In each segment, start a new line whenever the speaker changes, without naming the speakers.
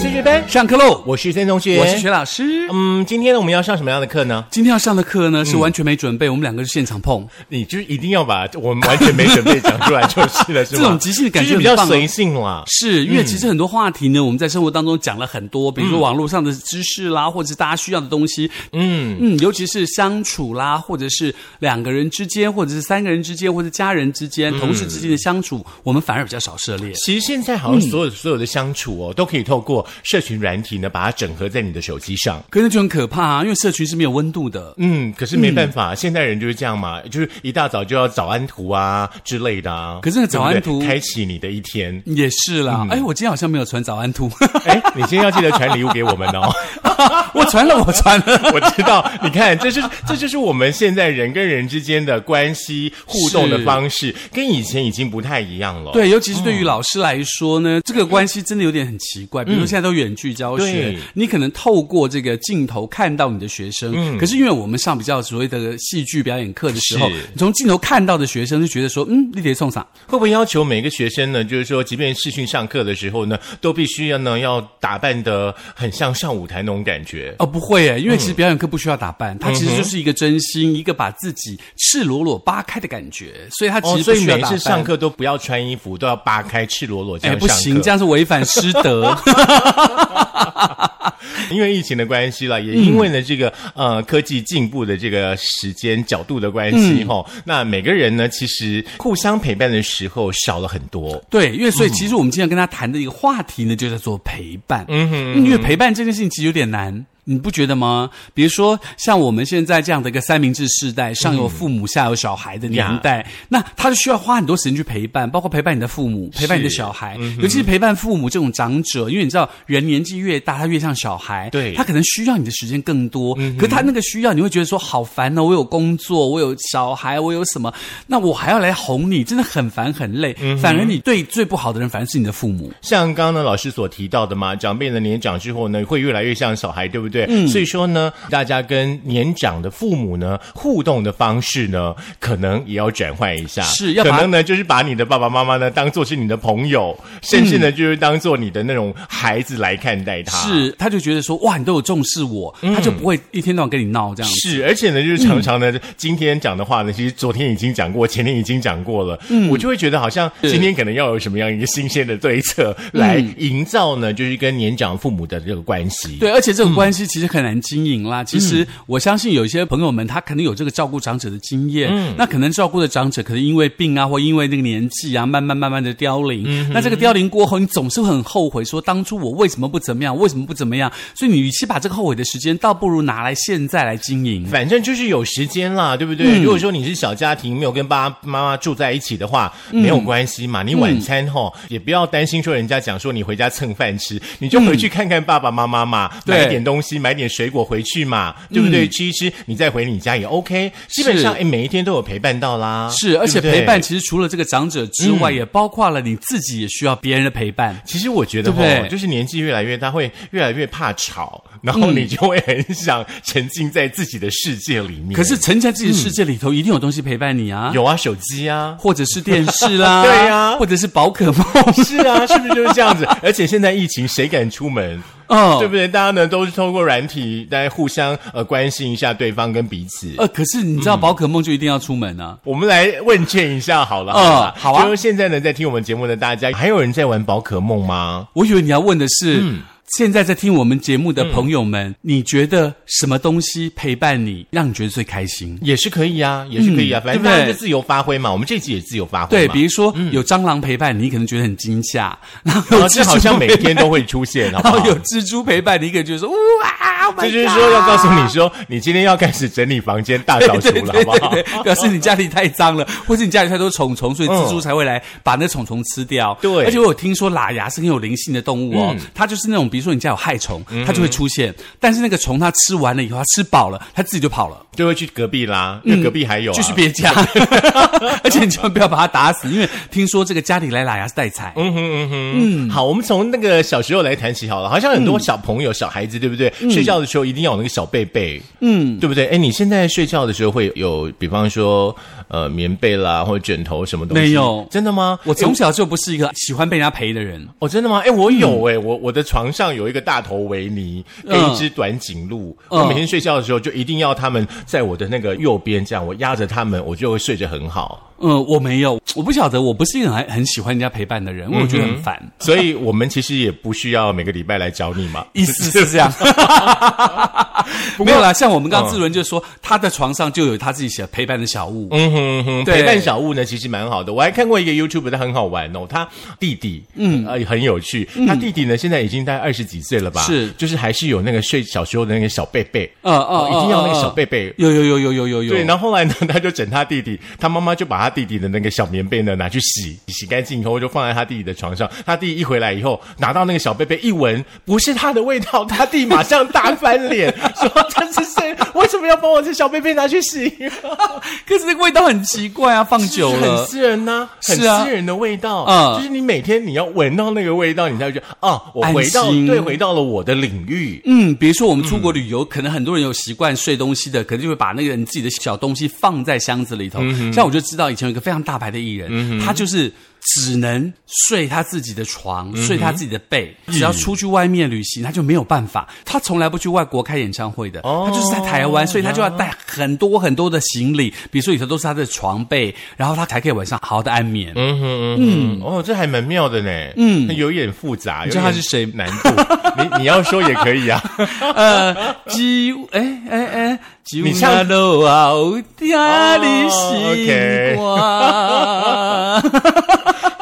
戏剧班
上课喽！
我是孙同学，
我是学老师。
嗯，今天呢，我们要上什么样的课呢？
今天要上的课呢是完全没准备，我们两个是现场碰，
你就是一定要把我们完全没准备讲出来就是了，是吗？
这种即兴的感觉
就是啊比较
很棒哦
随性啦。
是因为其实很多话题呢，我们在生活当中讲了很多，比如
嗯
说网络上的知识啦，或者是大家需要的东西，嗯嗯，尤其是相处啦，或者是两个人之间，或者是三个人之间，或者家人之
嗯
间、同事之间的相处，我们反而比较少涉猎。
其实现在好像所有、所有的相处哦，都可以透过社群软体呢，把它整合在你的手机上。
可是那就很可怕啊，因为社群是没有温度的。
嗯，可是没办法，现代人就是这样嘛，就是一大早就要早安图啊之类的啊。
可是那个早安
对不对
图。
开启你的一天
也是
嗯
啦，哎、我今天好像没有传早安图，
哎，你今天要记得传礼物给我们哦。
我传了，我传了。
我知道，你看，这就是这就是我们现在人跟人之间的关系互动的方式，跟以前已经不太一样了。，
对，尤其是
嗯
对于老师来说呢，这个关系真的有点很奇怪。比如说现在都远距教学
对，
你可能透过这个镜头看到你的学生，可是因为我们上比较所谓的戏剧表演课的时候，
嗯是
你从镜头看到的学生就觉得说，嗯，你得送啥？
会不会要求每个学生呢？就是说，即便视讯上课的时候呢，都必须要呢要打扮的很像上舞台那种感觉。
哦，不会诶，因为其实表演课不需要打
嗯
扮，它其实就是一个真心，一个把自己赤裸裸扒开的感觉，所以它其
哦，
实
所
不
以
需要
每
打
次
扮。
上课都不要穿衣服，都要扒开赤裸裸这
哎，
样
不
上课。
行，这样是违反师 德。
因为疫情的关系啦，
嗯
也因为呢、这个呃科技进步的这个时间角度的关
嗯
系哈、那每个人呢其实互相陪伴的时候少了很多。
对，因为
嗯
所以其实我们今天要跟他谈的一个话题呢，就叫做陪伴。嗯哼，因为陪伴这件事情其实有点难。你不觉得吗？比如说，像我们现在这样的一个三明治世代，上有父母，下有小孩的年代，那他就需要花很多时间去陪伴，包括陪伴你的父母，陪伴你的小孩，尤其是嗯陪伴父母这种长者，因为你知道，人年纪越大，他越像小孩，
对
他可能需要你的时间更多。可他那个需要，你会觉得说好烦哦，我有工作，我有小孩，我有什么，那我还要来哄你，真的很烦很累。反而你对最不好的人，反而是你的父母。
像刚刚呢老师所提到的嘛，长辈呢年长之后呢，会越来越像小孩，对不对？嗯、所以说呢，大家跟年长的父母呢互动的方式呢，可能也要转换一下。
是要
可
把
能呢，就是把你的爸爸妈妈呢当做是你的朋友，甚至呢、就是当做你的那种孩子来看待他。
嗯
嗯
是，他就觉得说哇，你都有重视我，他就不会一天到晚跟你闹这样子。嗯
是，而且呢，就是常常呢，今天讲的话呢，其实昨天已经讲过，前天已经讲过了，我就会觉得好像
嗯是嗯
今天可能要有什么样一个新鲜的对策来营造呢，就是跟年长父母的这个关系。
对，而且这个关系其实很难经营
嗯
啦。其实我相信有一些朋友们，他可能有这个照顾长者的经验，
嗯
那可能照顾的长者可能因为病啊，或因为那个年纪啊，慢慢慢慢的凋零。
嗯
那这个凋零过后，你总是会很后悔，说当初我为什么不怎么样，为什么不怎么样？所以你与其把这个后悔的时间，倒不如拿来现在来经营。
反正就是有时间啦，对不对？
嗯
如果说你是小家庭，没有跟爸爸妈妈住在一起的话，
嗯
没有关系嘛。你晚餐吼、也不要担心说人家讲说你回家蹭饭吃，你就回去看看爸爸妈妈嘛，
嗯对嗯
买点东西，买点水果回去嘛，对不对？吃一吃，你再回你家也 OK。基本上哎，每一天都有陪伴到啦，
是，而且
对不对嗯
陪伴。其实除了这个长者之外，也包括了你自己，也需要别人的陪伴。
其实我觉得
对不
吼，
对
就是年纪越来越大，会越来越怕吵，然
嗯
后你就会很想沉浸在自己的世界里面。
可是沉浸在自己的世界里头，一定有东西陪伴你啊。
有啊，手机啊，
或者是电视啦，
对呀
或者是宝可梦，
是啊，是不是就是这样子？ 而且现在疫情，谁敢出门？
嗯，
对不对？大家呢都是通过软体，大家互相呃关心一下对方跟彼此。
呃，可是你
嗯
知道宝可梦就一定要出门啊？
我们来问卷一下好了，
嗯
好吧
好啊
就是现在呢，在听我们节目的大家，还有人在玩宝可梦吗？
我以为你要问的是，
嗯
现在在听我们节目的朋友们，你觉得什么东西陪伴你，让你觉得最开心？
也是可以啊，也是可以啊，
嗯
反正
对不
大
对
家就自由发挥嘛。我们这集也自由发挥
对，
嘛。
比如说、有蟑螂陪伴你，你可能觉得很惊吓，然后
然
有
后嗯哦这好像每
蜘蛛陪
天都会出现，好
伴，
不好
然哦后？有蜘蛛陪伴你，你可能觉得说哇，Oh my
这就是
God
说要告诉你说，你今天要开始整理房间、大扫除
对
了，
对
好不
对
好
对？对，表示你家里太脏了，或是你家里太多虫虫，所以蜘蛛才会来把那虫虫吃掉。
嗯对嗯
而且我有听说喇牙是很有灵性的动物哦，它就是那种比如如说你家有害虫，它就会出现。但是那个虫它吃完了以后，它吃饱了，它自己就跑了，
就会去隔壁啦，因为隔壁还有、啊，
嗯就是别 家。而且你千万不要把它打死，因为听说这个家里来拉牙是带财。
嗯哼嗯哼，嗯，好，我们从那个小时候来谈起好了。好像很多小朋友、小孩子，对不对？睡觉的时候一定要有那个小被被，嗯，对不对？哎，你现在睡觉的时候会有，比方说呃棉被啦，或者枕头什么东西？
没有
真的吗？
我从小就不是一个喜欢被人家陪的人。
哦，真的吗？哎，我有
嗯
哎、我我的床上有一个大头维尼跟一只短颈鹿，我
嗯
每天睡觉的时候就一定要它们在我的那个右边，这样我压着它们，我就会睡得很好。
嗯，我没有，我不晓得，我不是一个很很喜欢人家陪伴的人，我觉得
嗯
很烦。
所以我们其实也不需要每个礼拜来找你嘛。
意思是这 样，没有啦。像我们刚刚志伦就说，他的床上就有他自己小陪伴的小物，
嗯哼哼，
对
陪伴小物呢，其实蛮好的。我还看过一个 YouTube，它很好玩哦。他弟弟，嗯，呃，很有趣。他弟弟呢，现在已经大概二十几岁了吧？
是
就是还是有那个睡小时候的那个小贝贝，
呃呃
哦，一定要那个
呃
小贝贝。
有有有有有有有。
对，然后后来呢，他就整他弟弟，他妈妈就把他弟弟的那个小棉被呢拿去洗，洗干净以后就放在他弟弟的床上。他弟一回来以后，拿到那个小被被一闻，不是他的味道，他弟马上大翻脸， 说这是谁？为什么要把我这小被被拿去洗？
可是那个味道很奇怪啊，放
就是
久
很
了。
私人呐、很
是啊
私人的味道，
嗯
就是你每天你要闻到那个味道，你才会觉得哦，我回到
安心
对回到了我的领域。
嗯，比如说我们出国旅游，可能很多人有习惯睡东西的，可能就会把那个你自己的小东西放在箱子里头。像我就知道以前有一个非常大牌的艺人，他就是只能睡他自己的床，睡他自己的被，只要出去外面旅行，他就没有办法。他从来不去外国开演唱会的，
哦
他就是在台湾，所以他就要带很多很多的行李，比如说里头都是他的床被，然后他才可以晚上好好的安眠。
嗯哼嗯哼，哦，这还蛮妙的呢。嗯，有一点复杂，
知道
有
他
一点
是谁吗
难度，你 你要说也可以啊。
呃，几哎哎哎，几
你唱
路啊，家里星
哦
光，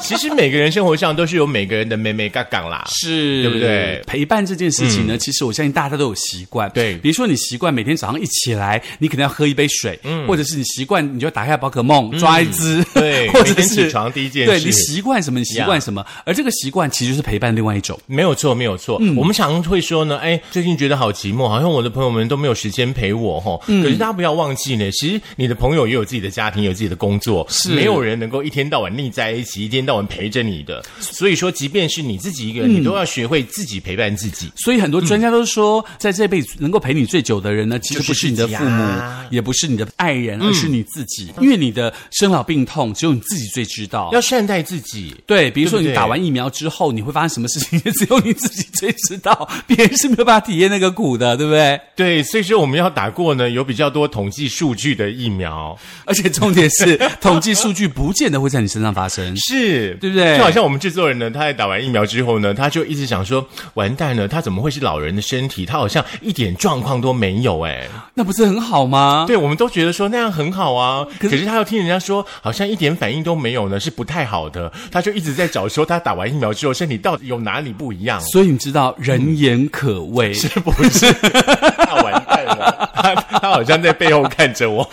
其实每个人生活上都是有每个人的美美嘎嘎啦。
是，
对不对嗯
陪伴这件事情呢，其实我相信大家都有习惯，
对
比如说你习惯每天早上一起来，你可能要喝一杯水，
嗯
或者是你习惯你就打开宝可梦抓一只，
对
或者
每天
是
起床第一件
对
事
你习惯什么，你习惯什么，而这个习惯其实就是陪伴另外一种。
没有错，没有错。我们常常会说呢，哎，最近觉得好寂寞，好像我的朋友们都没有时间陪我哈、可是大家不要忘记呢，其实你的朋友也有自己的家庭，有自己的工作，
是
没有人能够一天到晚腻在一起，一天到晚陪着你的。所以说，即便是你自己一个人，你都要学会自己陪伴自己。
所以很多专家都说，在这辈子能够陪你最久的人呢，其实
嗯就是
不是你的
自己
父母
啊，嗯
也不是你的爱人，而是你自己。因为你的生老病痛，只有你自己最知道。
要善待自己，
对，比如说
对不
你
对
打完疫苗之后，你会发生什么事情，也只有你自己最知道， 别人是没有办法体验那个苦的，对不对？
对，所以说我们要打过呢，有比较多统计数据的疫苗，
而且重点 是，统计数据不见得会在你身上发生。
是
对不对
就好像我们制作人呢，他在打完疫苗之后呢，他就一直想说，完蛋了，他怎么会是老人的身体？他好像一点状况都没有哎、
那不是很好吗？
对，我们都觉得说那样很好 啊，可
可是
是他又听人家说好像一点反应都没有呢，是不太好的。他就一直在找说他打完疫苗之后身体到底有哪里不一样。
所以你知道，人言可 畏。
是不是？他完蛋了， 他他好像在背后看着我。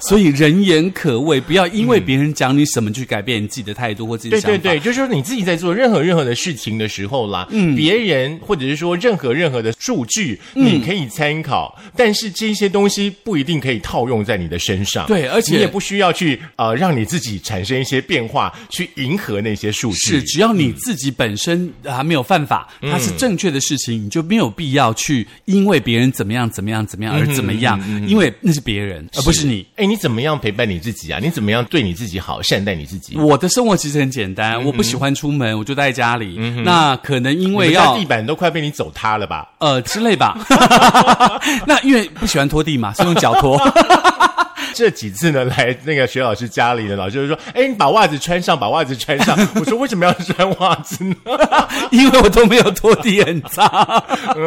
所以人言可畏，不要因为别人讲你什么去改变你自己的态度或自己
嗯
的
对
想法。
对对，就是说你自己在做任何任何的事情的时候啦，嗯，别人或者是说任何任何的数据，
嗯
你可以参考，但是这些东西不一定可以套用在你的身上。
对而且
你也不需要去呃让你自己产生一些变化，去迎合那些数据。
是，只要你自己本身呃还没有犯法，
嗯
它是正确的事情，你就没有必要去因为别人怎么样怎么样怎
嗯
么样而怎么样，因为那是别人，而呃不是你。
哎，你怎么样陪伴你自己啊？你怎么样对你自己好，善待你自己？
我的生活其实很简
嗯
单，我不喜欢出门，我就待在家里。那可能因为
你们家
要
地板都快被你走塌了吧？
呃之类吧， 那因为不喜欢拖地嘛，所以用脚拖。
这几次呢，来那个学老师家里呢，老师就说：“哎，你把袜子穿上，把袜子穿上。” 我说：“为什么要穿袜子呢？”
因为我都没有拖地，很 脏。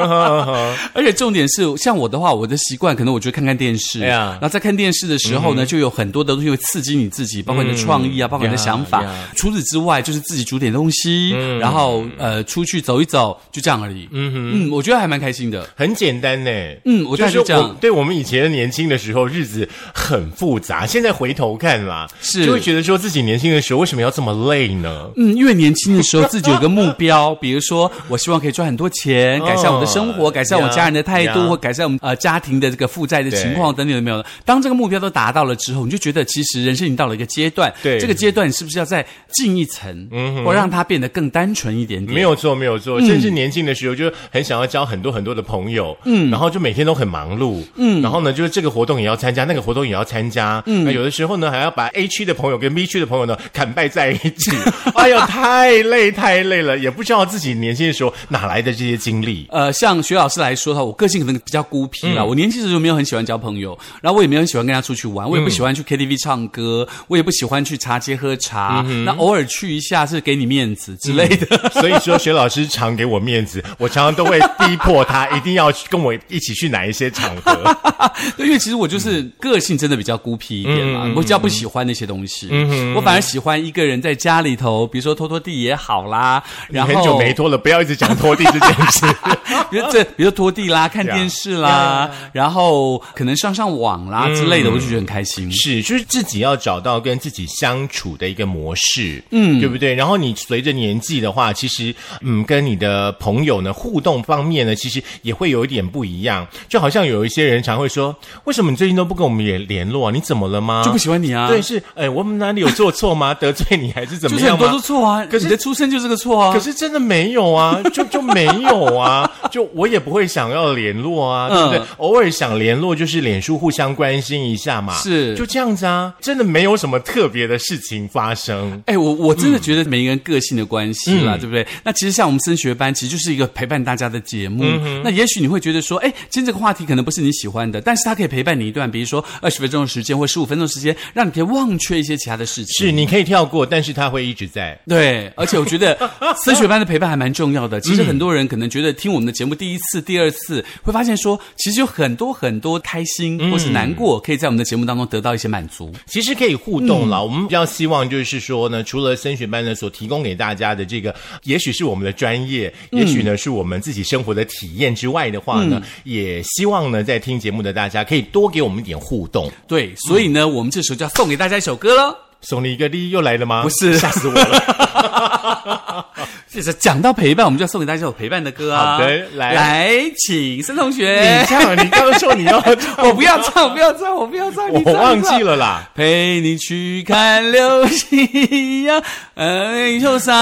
而且重点是，像我的话，我的习惯可能我就看看电视，
哎呀嗯
然后在看电视的时候呢，就有很多的东西会刺激你自己，包括你的创意啊，包括你的
呀
想法
呀。嗯
除此之外，就是自己煮点东西，然后呃出去走一走，就这样而已。嗯嗯，我觉得还蛮开心的。
很简单呢。
嗯我
就
大概
是
就这样
我对我们以前年轻的时候，日子很很复杂。现在回头看啦，
是
就会觉得说自己年轻的时候为什么要这么累呢？
嗯，因为年轻的时候自己有个目标，比如说我希望可以赚很多钱，改善我的生活，改善我家人的态
哦呀
度，或改善我们呃家庭的这个负债的情况等等，有没有？当这个目标都达到了之后，你就觉得其实人生已经到了一个阶段，
对嗯
这个阶段你是不是要再进一层，或让它变得更单纯一点点？
没有错，没有错，
嗯
甚至年轻的时候就很想要交很多很多的朋友，嗯，然后就每天都很忙碌，嗯，然后呢，就是这个活动也要参加，那个活动也要参加，嗯，那有的时候呢，还要把 A 区的朋友跟 B 区的朋友呢砍拜在一起， 哎呦，太累太累了，也不知道自己年轻的时候哪来的这些精力。
呃，像徐老师来说的话，我个性可能比较孤僻
嗯
啦。我年轻的时候没有很喜欢交朋友，然后我也没有很喜欢跟他出去玩，
嗯
我也不喜欢去 KTV 唱歌，我也不喜欢去茶街喝茶。
嗯
那偶尔去一下是给你面子之类的。
所以说，学老师常给我面子，我常常都会逼迫他一定要跟我一起去哪一些场合。
对，因为其实我就是
嗯
个性真的比较孤僻一点嘛，我比较不喜欢那些东西。
嗯
我反而喜欢一个人在家里头，比如说拖拖地也好啦，然后
很久没拖了，不要一直讲拖地这件事。
比如这，比如拖地啦、看
Yeah.
电视 啦然后可能上上网啦之类的，我就觉得很开心。
嗯是，就是自己要找到跟自己相处的一个模式，嗯，对不对？然后你随着年纪的话，其实嗯，跟你的朋友呢互动方面呢，其实也会有一点不一样。就好像有一些人常会说，为什么你最近都不跟我们联联络啊？你怎么了吗？
就不喜欢你啊，
对，是，哎，我们哪里有做错吗？得罪你还是怎
就
么
是
样
很
吗？
多都错啊，
可是
你的出身就是个错啊。
可是真的没有 啊，就就没有啊，就我也不会想要联络啊，对不对
嗯？
偶尔想联络就是脸书互相关心一下嘛，
是
就这样子啊，真的没有什么特别的事情发生。
哎、我我真的觉得每个人个性的关系
嗯
啦，对不对？那其实像我们升学班，其实就是一个陪伴大家的节目。
嗯
那也许你会觉得说，哎，今天这个话题可能不是你喜欢的，但是它可以陪伴你一段，比如说二十分钟的时间或十五分钟的时间，让你可以忘却一些其他的事情。
是，你可以跳过，但是它会一直在。
对，而且我 觉得升学班的陪伴还蛮重要
嗯
的。其实很多人可能觉得听我们的节目第一次、第二次，会发现说，其实有很多很多开
嗯
心或是难过，可以在我们的节目当中得到一些满足。
其实可以互动
嗯
啦。我们比较希望就是说呢，除了升学班呢所提供给大家的这个，也许是我们的专业，
嗯
也许呢是我们自己生活的体验之外的话呢，也希望呢在听节目的大家可以多给我们一点互动。
对，所以呢，我们这时候就要送给大家一首歌喽。
送你一个礼又来了吗？
不是
啊吓死我了！
就是讲到陪伴，我们就要送给大家一首陪伴的歌啊！
好的来
来，请森 同
你
学，
唱，你刚刚说你要唱，
我不要唱，不要唱，我不要唱，
我
你唱
忘记。
你唱
了啦。
陪你去看流星呀，呃，受伤。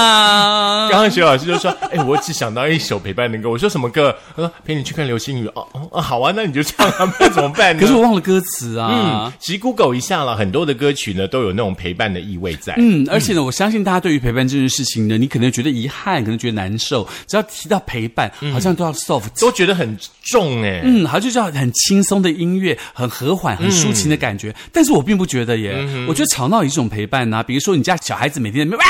刚刚徐老师就说：“哎、我只想到一首陪伴的歌。”我说：“什么歌？”他说：“陪你去看流星雨。哦”哦哦，好啊，那你就唱啊，不然怎么办呢？
可是我忘了歌
嗯
词啊。，
其实 Google 一下了，很多的歌曲呢都有那种陪伴的意味在。
嗯，而且呢，我相信大家对于陪伴这件事情呢，你可能觉得遗憾，可能觉得难受。只要提到陪伴，
嗯
好像都要 soft
都觉得很重哎、
嗯，好，就叫很轻松的音乐，很和缓、很抒情的感觉。但是我并不觉得耶，我觉得吵闹也是一种陪伴呐、比如说你家小孩子每天在那边哇，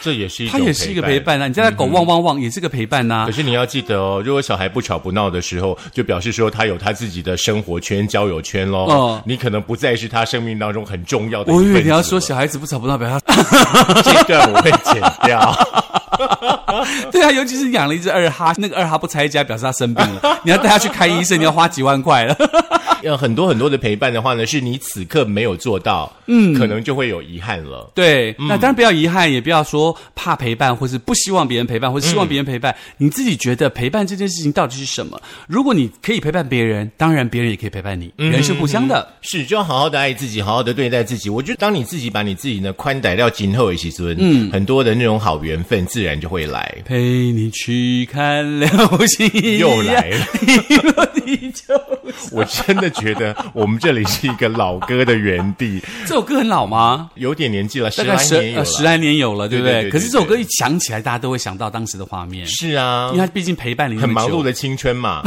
这也是一
它
种
也嗯是一个陪。伴呐、你嗯家的狗汪汪汪也是个陪伴呐、
可是你要记得哦，如果小孩不吵不闹的时候，就表示说他有他自己的生活圈、交友圈喽。
哦
你可能不再是他生命当中很重要的一
我
份子
以
了。
为你 要说小孩子不吵不闹，表示
这段我会剪掉。
他 对啊，尤其是养了一只二哈，那个二哈不拆家，表示他生病了，你要带他去看医生，你要花几万块了。
有很多很多的陪伴的话呢，是你此刻没有做到，嗯，可能就会有遗憾了。
对，
嗯
那当然不要遗憾，也不要说怕陪伴，或是不希望别人陪伴，或是
嗯
希望别人陪伴。你自己觉得陪伴这件事情到底是什么？如果你可以陪伴别人，当然别人也可以陪伴你，
嗯
人是互相的。
是，就要好好的爱自己，好好的对待自己。我觉得，当你自己把你自己呢宽待到今后的时候，嗯，很多的那种好缘分自然就会来。
陪你去看流星，
又来 了，
了，你 就
我真的觉得我们这里是一个老歌的园地，
这首歌很老吗？
有点年纪了，十
大概
来
十
年有
呃
了。
十来年有了，对不
对对对
对？可是
对
这首歌
对
一响起来，大家都会想到当时的画面，
是 啊
因为，它毕竟陪伴你那
很
么
忙
久
碌，的青春 嘛。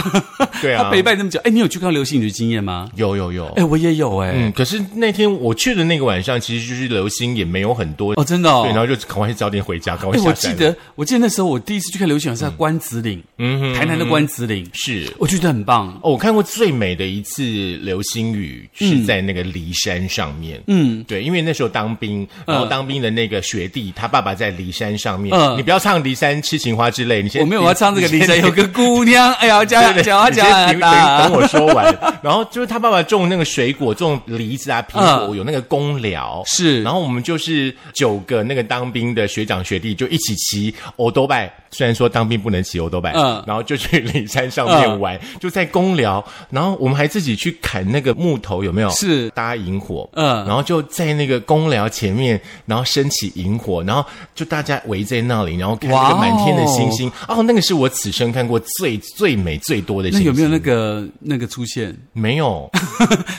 对
它
啊，
陪伴那么久。哎，你有去看流星雨的经验吗？
有有有。
哎，我也有哎。
嗯，可是那天我去的那个晚上，其实就是流星也没有很多
哦，真的哦
对，然。后就赶快早点回家，赶快
哎，我
下
记
山。
得，我记得那时候我第一次去看流行，是在关子岭，嗯台南的关子岭，
是。
我觉得很棒。
哦，我看过最美的一次流星雨
嗯
是在那个骊山上面。嗯，对，因为那时候当兵，然后当兵的那个学弟，他爸爸在骊山上面。
嗯
你不要唱《骊山痴情花》之类，你先
我没有要唱这个
你
骊
你
山
先
有个姑娘，哎呀，讲
对对
讲啊
你
讲
先
啊
等等等我说完。然后就是他爸爸种那个水果，种梨子啊、苹果，
嗯
有那个公寮。
是
然后我们就是九个那个当兵的学长学弟就一起骑欧多拜，虽然说当兵不能骑欧多拜，
嗯
然后就去骊山上面
嗯
玩，就在公寮。然后我们还自己去砍那个木头，有没有？
是
搭萤火，
嗯
然后就在那个公寮前面，然后升起萤火，然后就大家围在那里，然后看那个
哇哦
满天的星星。哦，那个是我此生看过最最美最多的星
那
星。
有没有那个那个出现
没有，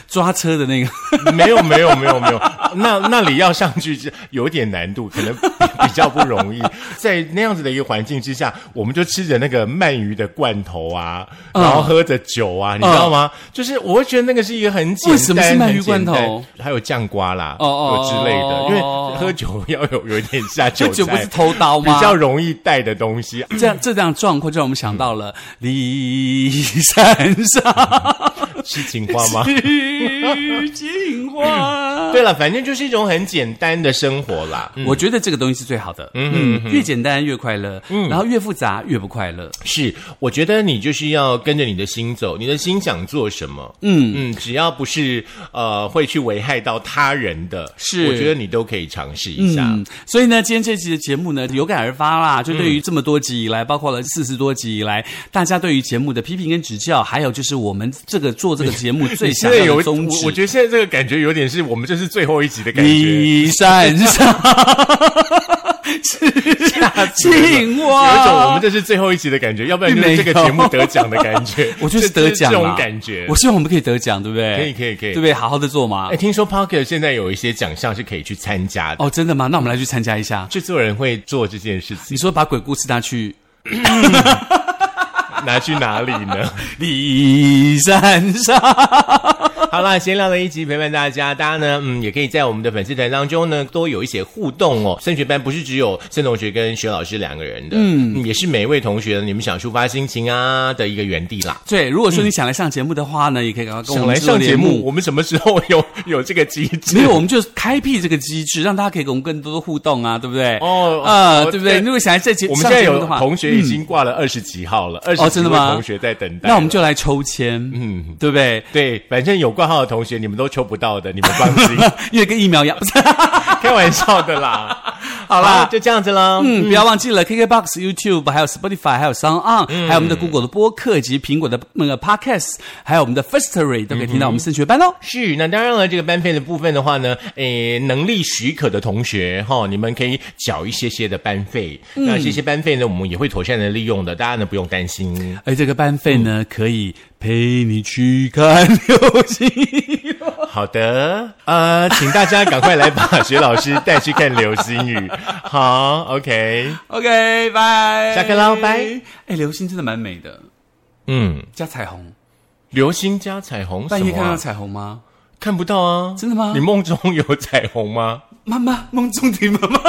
抓车的那个？
没有，没有，没有，没有。那那里要上去是有点难度，可能比比较不容易。在那样子的一个环境之下，我们就吃着那个鳗鱼的罐头啊，
嗯
然后喝着酒啊，你知道吗？就是我会觉得那个是一个很简单，
为什么是鳗鱼罐头
很简单？还有酱瓜啦，
哦哦
之类的。
哦
因为喝酒要有有一点下酒
酒不
菜
是偷刀
比
吗？
较容易带的东 西。
这样这样状况就让我们想到
嗯
了骊山上
是情话吗？
是情花。
对了，反正就是一种很简单的生活啦。嗯
我觉得这个东西是最好的，嗯，越简单越快乐，嗯，然后越复杂越不快乐。
是，我觉得你就是要跟着你的心走，你的心想做什么，嗯嗯，只要不是呃会去危害到他人的，
是
我觉得你都可以尝试一下。
嗯，所以呢，今天这期的节目呢，有感而发
嗯
啦，就对于这么多集以来，包括了四十多集以来，大家对于节目的批评跟指教，还有就是我们这个做这个节目最
现
想
在
要
有，
的
我
宗
我
旨。
觉得现在这个感觉有点是我们这是最后一集的感觉，
骊山上 是青
有
蛙，，
一种我们这是最后一集的感觉，要不然就是这个节目得奖的感觉
我就是得奖
这
啦
这种感觉
我。希望我们可以得奖，对不对？
可以可以可以
对不对？好好的做嘛
哎，。听说 Pocket 现在有一些奖项是可以去参加的，
哦，真的吗？那我们来去参加一下。
制作人会做这件事情
你，说把鬼故事拿去
拿去哪里呢？
骊山上？
好啦，闲聊的一集陪伴大家，大家呢，嗯，也可以在我们的粉丝团当中呢，多有一些互动哦。升学班不是只有盛同学跟徐老师两个人的，嗯，也是每位同学你们想抒发心情啊的一个园地啦。
对，如果说你想来上节目的话呢，也可以赶快跟我
嗯想
们
来
制作
上节
联
目，
目。
我们什么时候有 有这个机制？
没有，我们就开辟这个机制，让大家可以跟我们更多的互动啊，对不对？
哦
呃
哦，
对不对？
对
如果想来这节
我们现
上
在
节目
有
的话，
同学已经挂了二十几号了，二十、
哦真的吗
同学在等待了，
那我们就来抽签，嗯，对不对？
对，反正有挂号的同学，你们都抽不到的，你们放 心，
因为跟 疫苗一样，不是
开玩笑的啦。 好啦，就这样子啦。
嗯，不要忘记了 KKBox、YouTube，还有 Spotify，还有 Sound On，、
嗯
还有我们的 Google 的播客以及苹果的那个 Podcast，还有我们的 Firstory 都可以
嗯
听到我们升学班哦。
是，那当然了，这个班费的部分的话呢，诶，能力许可的同学哈、你们可以缴一些些的班费。
嗯
那这些班费呢，我们也会妥善的利用的，大家呢不用担心。
而哎这个班费
嗯
呢，可以陪你去看 流星雨。
好的，呃，请大家赶快来把徐老师带去看流星 雨。好，OK，
OK，拜，
下课啦拜
哎，流星真的蛮美的，
嗯，
加彩虹，
流星加彩虹什
半夜
么
看到
啊？
彩虹吗？
看不到啊，
真的吗
你梦中有彩虹吗？
妈妈，梦中的妈妈。